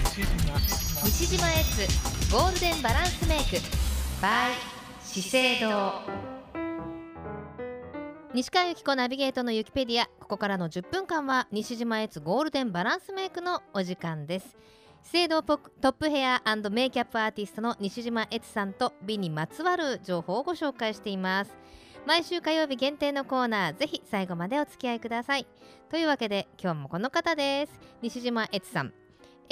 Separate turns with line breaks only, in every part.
西島エッツゴールデンバランスメイク by 資生堂西川由紀子ナビゲートのユキペディアここからの10分間は西島エッツゴールデンバランスメイクのお時間です資生堂ポックトップヘアメイキャップアーティストの西島エツさんと美にまつわる情報をご紹介しています毎週火曜日限定のコーナーぜひ最後までお付き合いくださいというわけで今日もこの方です西島エツさん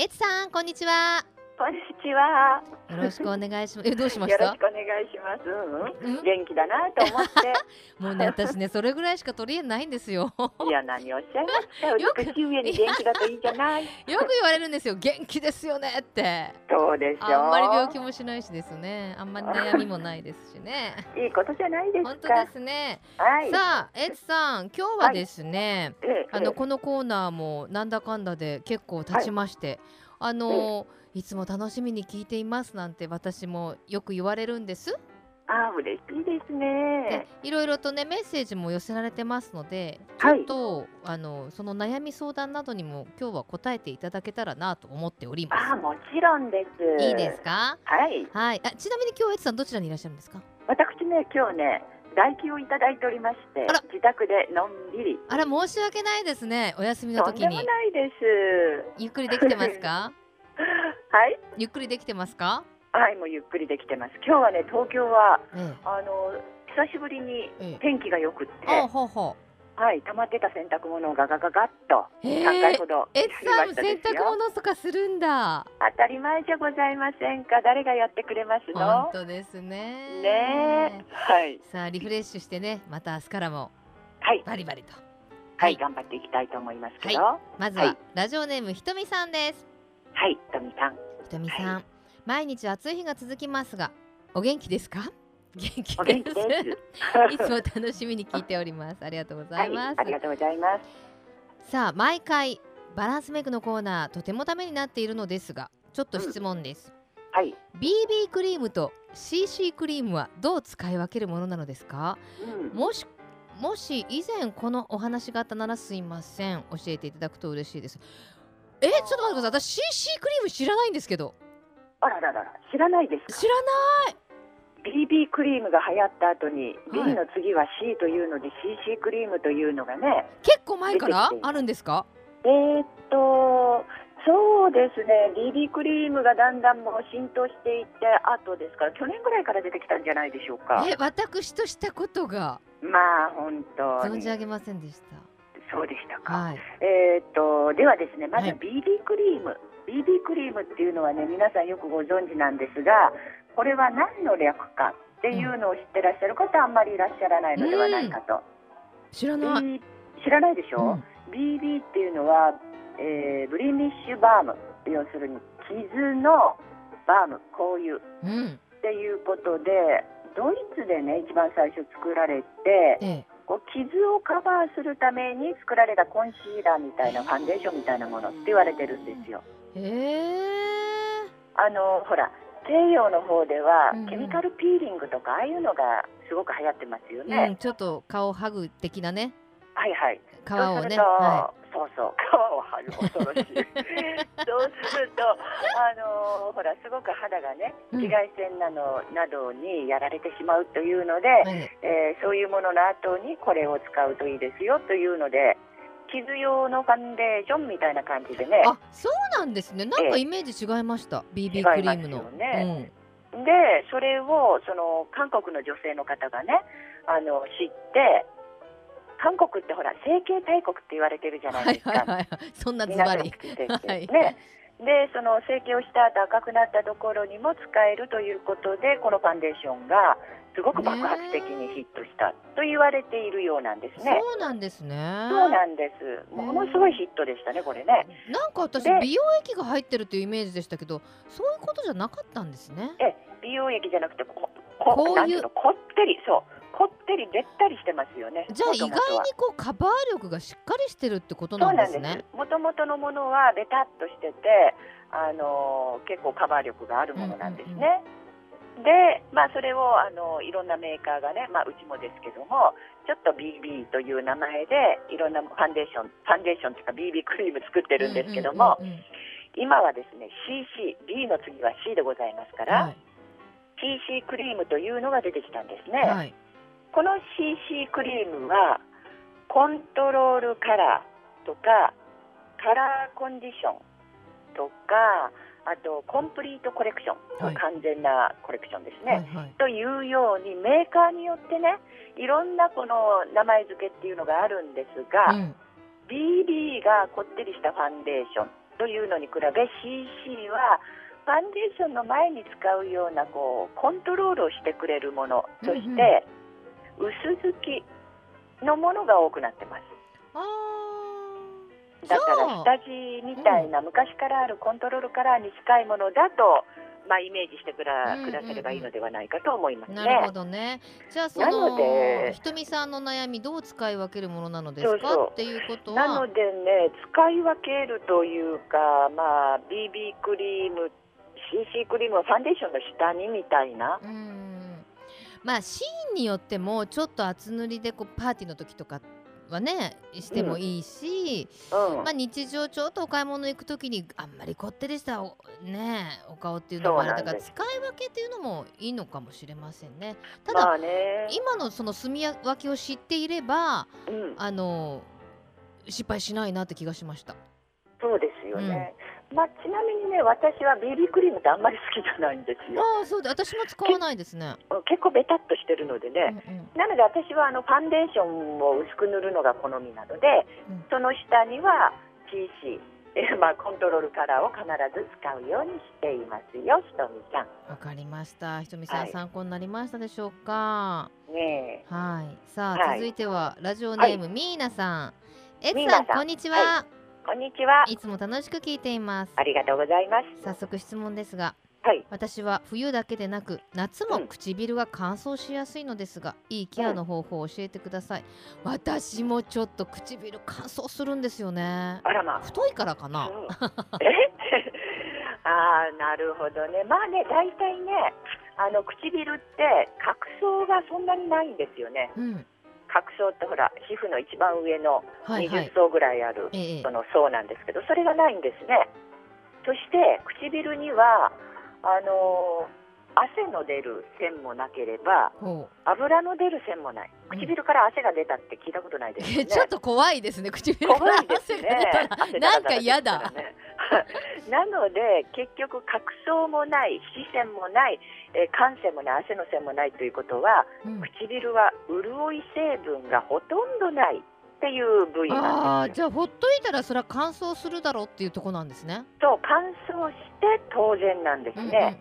エツさんこんにちは
こんにちは。
よろ しくお願いしますえどうし
よ
ま
ろ
し
したくお願いします。うん
ん
うん、元気だなと思って。
もうね私ねそれぐらいしか取り柄ないんですよ よ
いや、何をおっしゃい
よく
ますか。美しい上に元気だといいじゃ ない。
く言われるんですよ元気ですよねって
そうでしょう。
あんまり病気もしないしですねあんまり悩みもないですし ね
いいことじゃないですか。
本当ですね
はい。
さあエツさん今日はですね、
ええ
あのこのコーナーもなんだかんだで結構経ちまして、あのいつも楽しみに聞いていますなんて私もよく言われるんです
あ、嬉しいです
で
ね。
いろいろとねメッセージも寄せられてますのでち
は
ょっ
い
と、あのその悩み相談などにも今日は答えていただけたらなと思っておりま
あ、もちろんです。
す。いいです。か
はい。
はいあちなみに今日エツさんどちらにいらっしゃるんですか
私ね、今日ね、唾液をいただいておりまして
あら、
自宅でのんびり。
あら申し訳ないですねお休みの
とん
時
でも
に
ないです。
ゆっくりできてますか
はい。
ゆっくりできてますか、
はい、もうゆっくりできてます。今日はね、東京は。
え
あの久しぶりに
えええ
天気が良くって、
あほうほ
はい、溜まってた洗濯物をガガガガッと
うへ
3回ほど
え
や
っ
りま
さ
し
ん
た
洗
です
濯
よ。
物とかするんだ
当たり前じゃございませんか。誰がやってくれます
本
の？
当ですね
ねえ、はい、
さあリフレッシュしてねまた明日からも
はい、
バリバリと
はい、頑張っていきたいと思いますけど、は
まずは、
はい
ラジオネームひとみさんです
い、トミさん、
ひとみさん、
は
毎日暑い日が続きますがお元気ですか元気
お元
で
気で す
いつ
す。
も楽しみに聞いておりますありがとうござ
はいい、
ます、
ありがとうございます。
さあ毎回バランスメイクのコーナーとてもためになっているのですがちょっと質問です、
はい、
BB クリームと CC クリームはどう使い分けるものなのですか
うん、
もしもし以前このお話があったならすいません教えていただくと嬉しいですえちょっと待ってください私 CC クリーム知らないんですけど
あらららら、知らないです
知
か。
らない
BB クリームが流行った後に、B
はい
の次は C というので CC クリームというのがね、
結構前から
出てきて
あるんですか
えーっと、そうですね、BB クリームがだんだんもう浸透していって、あとですから、去年ぐらいから出てきたんじゃないでしょうか。
え私としたことが
まあ、本当
存
に
じ。上げませんでし
そうでした
た
か。
はい
えーっと、ではですね、まず
はい
BB クリーム。BB クリームっていうのはね、皆さんよくご存知なんですが、これは何の略かっていうのを知ってらっしゃる方はあんまりいらっしゃらないのではないかと。
知らない、
B- 知らないでしょ、
うん
BB っていうのは、えーブリミッシュバーム要するに傷のバームこういうっ
うん
ていうことでドイツでね一番最初作られて
ええ
こう傷をカバーするために作られたコンシーラーみたいなファンデーションみたいなものって言われてるんですよ。
え
あのほら西洋の方では
うんうん
ケミカルピーリングとかああいうのがすごく流行ってます
え
よ
うん、
ね。
ちょっと顔ハグ的なね
はいはい。
皮をね、は
そうすると、そうそう皮を張る 恐ろしいそうするとあのーほらすごく肌がね
うん
紫外線なの、などにやられてしまうというので、
いえ
えーそういうものの後にこれを使うといいですよというので傷用のファンデーションみたいな感じでね
えあそうなんですねなんか
ええ
イメージ違いました、BB クリ
違い
ームの
ますよねでそれをその韓国の女性の方がねあの知って韓国ってほら整形大国って言われてるじ
う
ゃ
ん、
ない
は
で
い
すか。
はいはい そんなズ
皆
バ
さん
リ
着てて、
はい
ね、でその整形をした後赤くなったところにも使えるということでこのファンデーションがすごく爆発的にヒットしたと言われているようなんですね。
そうなんですね
そうなんです。ものすごいヒットでしたね、これね。
なんか私
で
美容液が入ってるというイメージでしたけどそういうことじゃなかったんですね
え、美容液じゃなくて、こ、
こういう
こ、なんていうの、こってり、そう、こってり、べったりしてますよね。
じゃあ意外
元
に
々は
こうカバー力がしっかりしてるってこと
そ
な
うんな
です
んで
ね
す。もともとのものはベタっとしてて、あのー結構カバー力があるものなんですね。
うん
で、まあ、それを、あのーいろんなメーカーがね、まあ、うちもですけどもちょっと BB という名前でいろんなファンデーションファンデーションというか BB クリーム作ってるんですけども、
うんうんうんうん
今はですね CC B の次は C でございますから、
はい
CC クリームというのが出てきたんですね、
はい
この CC クリームはコントロールカラーとかカラーコンディションとかあとコンプリートコレクション、
はい
完全なコレクションですね、
はいはい
というようにメーカーによってねいろんなこの名前付けっていうのがあるんですが、
うん
BB がこってりしたファンデーションというのに比べ CC はファンデーションの前に使うようなこうコントロールをしてくれるものそし
うん
て薄付きのものが多くなってます
あーじ
だ
ゃ
から
あ
下地みたいな昔からあるコントロールカラーに近いものだと、まあ、イメージしてくら
うんうんうん
くださればいいのではないかと思いますね。
なるほどね。じゃあそ
なの
の
で
ひとみさんの悩みどう使い分けるものなのですか
そうそう
っていうこと
なの
は、
でね使い分けるというか、まあ、BB クリーム CC クリームはファンデーションの下にみたいな
うーん、まあシーンによってもちょっと厚塗りでこうパーティーの時とかはねしてもいいし、
うん、
まあ日常ちょっとお買い物行く時にあんまりこってりしたおねお顔っていうのもあれだから
そ
使い分けっていうのもいいのかもしれませんね。ただ、
まあね、
今のその墨分けを知っていれば
うん、
あの失敗しないなって気がしました。
そうですよね、まあ、ちなみにね私は BB クリームってあんまり好きじゃないんですよ
ああそうで私も使わないですね。
うん結構ベタっとしてるので
うん
ね、
うん
なので私はあのファンデーションを薄く塗るのが好みなので、
うん
その下には CC えまあ、コントロールカラーを必ず使うようにしていますよ、ひとみさん。
わかりました。ひとみさん、
はい
参考になりましたでしょうか。
ねえ
はい。さあ、
はい
続いてはラジオネーム、みーなさん。えつ
みー
さ
なさ
ん
ん
こんにちは、
はいこんにちは。
い。つも楽しく聞いています。
ありがとうございます。
早速質問ですが、
はい。
私は冬だけでなく夏
う
も
ん
唇が乾燥しやすいのですが、いいケアの方法を教えてください。私もちょっと唇乾燥するんですよね。
あらま
太いからか
あ。
な。
うんえ ああ、なるほどね。まあね、大体ね、あの唇って角層がそんなにないんですよね。
うん。
角層ってほら、皮膚の一番上の
はいはい
20。層ぐらいある、
ええ
その層なんですけど、それがないんですね。そして唇にはあのー汗の出る線もなければ
ほう。
油の出る線もない唇から汗が出たって聞いたことないですよ
え
ね
ちょっと怖いですね唇か
怖
ら
いです
汗
ね
が出たら、
汗
な
だら
んか嫌だ
だらですからね なので結局角層もない視線もない、えー汗腺もない汗の線もないということは
うん
唇は潤い成分がほとんどないっていう部位
あ
な
あ
んです
じゃあほっといたらそれは乾燥するだろうっていうとこなんですね。
と乾燥して当然なんです
うんうん
ね、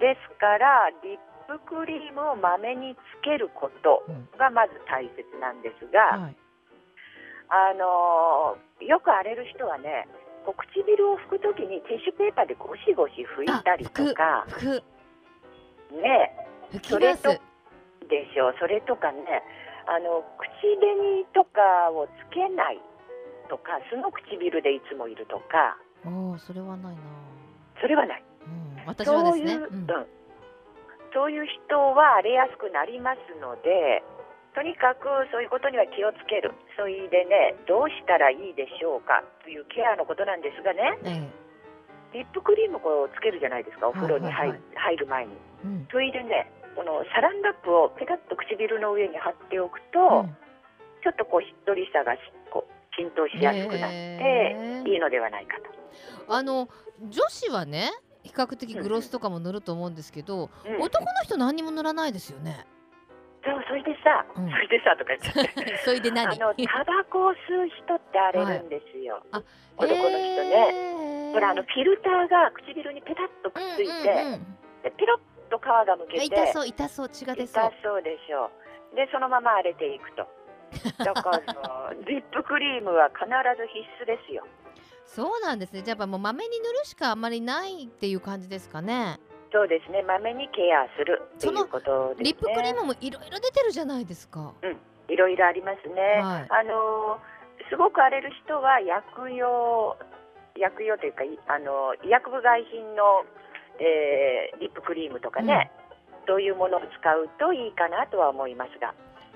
ですからリップクリームをまめにつけることがまず大切なんです
う
が、
んはい
あのーよく荒れる人はねこう唇を拭くときにティッシュペーパーでゴシゴシ拭いたりとか
服
ね
拭き
そ
出
れ
す
とでしょうそれとかねあの口紅とかをつけないとか素の唇でいつもいるとか
おおそれはないな。
それはない
うん私はですね。
そういう、
うん
うんそういう人は荒れやすくなりますのでとにかくそういうことには気をつけるそいでねどうしたらいいでしょうかというケアのことなんですがね
え
リップクリームこうつけるじゃないですかお風呂に
はいはい
入,、
はい
入る前に
えうん
それでねこのサランラップをペタッと唇の上に貼っておく
う
と、
ん
ちょっとこうしっとりさがしこう浸透しやすくなって、
へえ
いいのではないかと、
あの女子はね比較的グロスとかも塗ると思うんですけど、
うん、そう
男の人何にも塗らないですよ ね。
それでさ、
うん
それでさとか言っちゃって
それで 何？
あのタバコを吸う人って荒れるんですよ、
はい
男の人ね、
ね
ほらあのフィルターが唇にペタッとくっついて、
うんうんうん
でピロッと皮がむけて
痛そう痛そう血が出そう
痛そうでしょうでそのまま荒れていく とだからリップクリームは必ず必須ですよ
そうなんですねじゃあやっぱもうまめに塗るしかあんまりないっていう感じですかね
そうですねまめにケアするということですね
リップクリームもいろいろ出てるじゃないですか
いろいろありますね、
はい
あのーすごく荒れる人は薬用薬用というかいあのー医薬部外品の、えーリップクリームとかね、そういうものを使うといいかなとは思いますが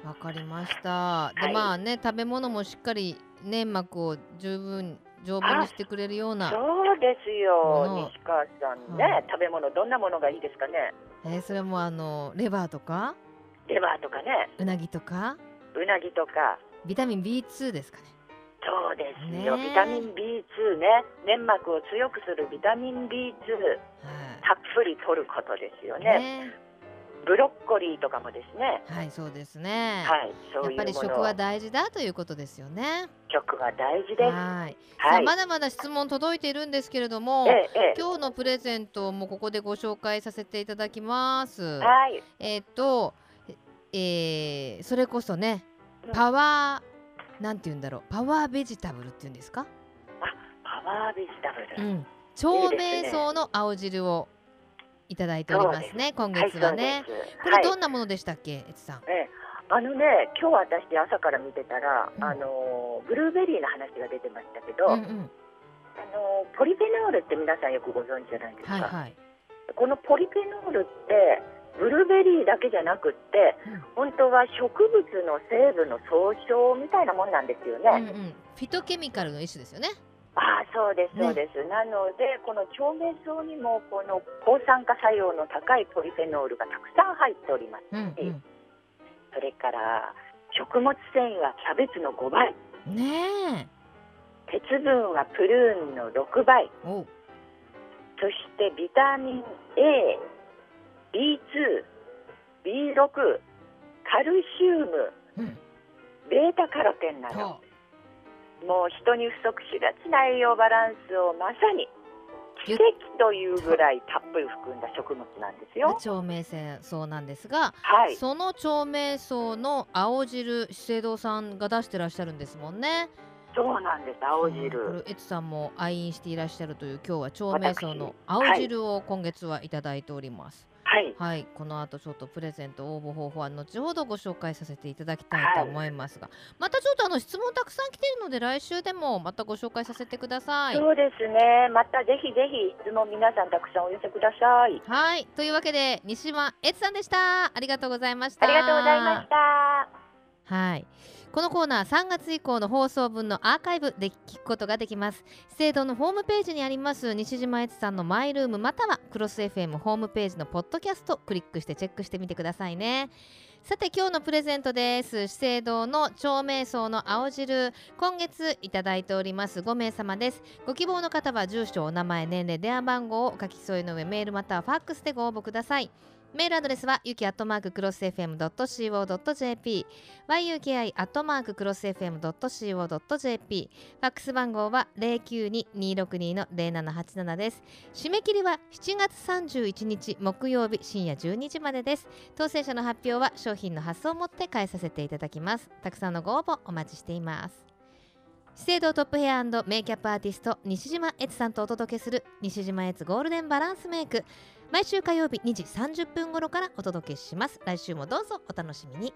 わかりましたで、
はい
まあね食べ物もしっかり粘膜を十分丈夫にしてくれるような
そうです
もの
よ西川さんね、
はい
食べ物どんなものがいいですかね
えーそれもあのレバーとか
レバーとかね
うなぎとか
うなぎとか
ビタミン B2 ですかね
そうですよ、
ねえ
ビタミン B2 ね粘膜を強くするビタミ
は
ン B2 たっぷり取ることですよ
い
ねブロッコリーとかもですね
はいそうですね、
はいそういう
やっぱり
も
食
の
は大事だということですよね
食は大事です
はい、さ
は
あ
い
まだまだ質問届いているんですけれども、
ええええ
今日のプレゼントもここでご紹介させていただきます。
はい
えっ、と、えーそれこそね
うん
パワーなんて言うんだろうパワーベジタブルっていうんですか、
パワーベジタブ
う
ル、
ん、長命草の青汁をいただいておりますね今
はい
月
そ
は
うで
ね。
す
こ
は
れ
い
どんなものでしたっけ、えつさん。
ええあのね今日私朝から見てたら、
うん
あのブルーベリーの話が出てましたけど、
うんう
あ
ん、
のポリフェノールって皆さんよくご存知じゃないですか、
はいはい。
このポリフェノールってブルーベリーだけじゃなくって、本当は植物の成分の総称みたいなもんなんです
う
よ
んう
ね、
ん、フィトケミカルの一種ですよね。
ああそうです
ね
そうです、なのでこの腸瞑草にもこの抗酸化作用の高いポリフェノールがたくさん入っております
うん
それから食物繊維はキャベツの5倍
うん、ねえ。
鉄分はプルーンの6倍
おう
そしてビタミン A、B2、B6、カルシ
う
ウム、
ん、
ベータカロテンなど、
と
もう人に不足しがちな栄養バランスをまさに奇跡というぐらいたっぷり含んだ食物なんですよ。
長命草なんですが、
はい、
その長命草の青汁資生堂さんが出してらっしゃるんですもんね
そうなんです、青汁。
うんこれエツさんも愛飲していらっしゃるという今日は長命草の青汁を今月はいただいております
はい、
はい、この後ちょっとプレゼント応募方法は後ほどご紹介させていただきたいと思いますが、またちょっとあの質問たくさん来てるので来週でもまたご紹介させてください
そうですね、またぜひぜひ質問皆さんたくさんお寄せください。
はいというわけで西島エツさんでしたありがとうございました
ありがとうございました。
はい。このコーナー3月以降の放送分のアーカイブで聞くことができます。資生堂のホームページにあります西島悦さんのマイルームまたはクロス FM ホームページのポッドキャストクリックしてチェックしてみてくださいね。さて今日のプレゼントです資生堂の長命草の青汁今月いただいております5名様ですご希望の方は住所お名前年齢電話番号をお書き添えの上メールまたはファックスでご応募くださいメールアドレスはゆきアットマーククロス FM.co.jp yuki アットマーククロス FM.co.jp ファックス番号は092262の0787です締め切りは7月31日木曜日深夜12時までです当選者の発表は商品の発送をもって返させていただきますたくさんのご応募お待ちしています資生堂トップヘアメイキャップアーティスト西島悦さんとお届けする西島悦ゴールデンバランスメイク毎週火曜日2時30分頃からお届けします来週もどうぞお楽しみに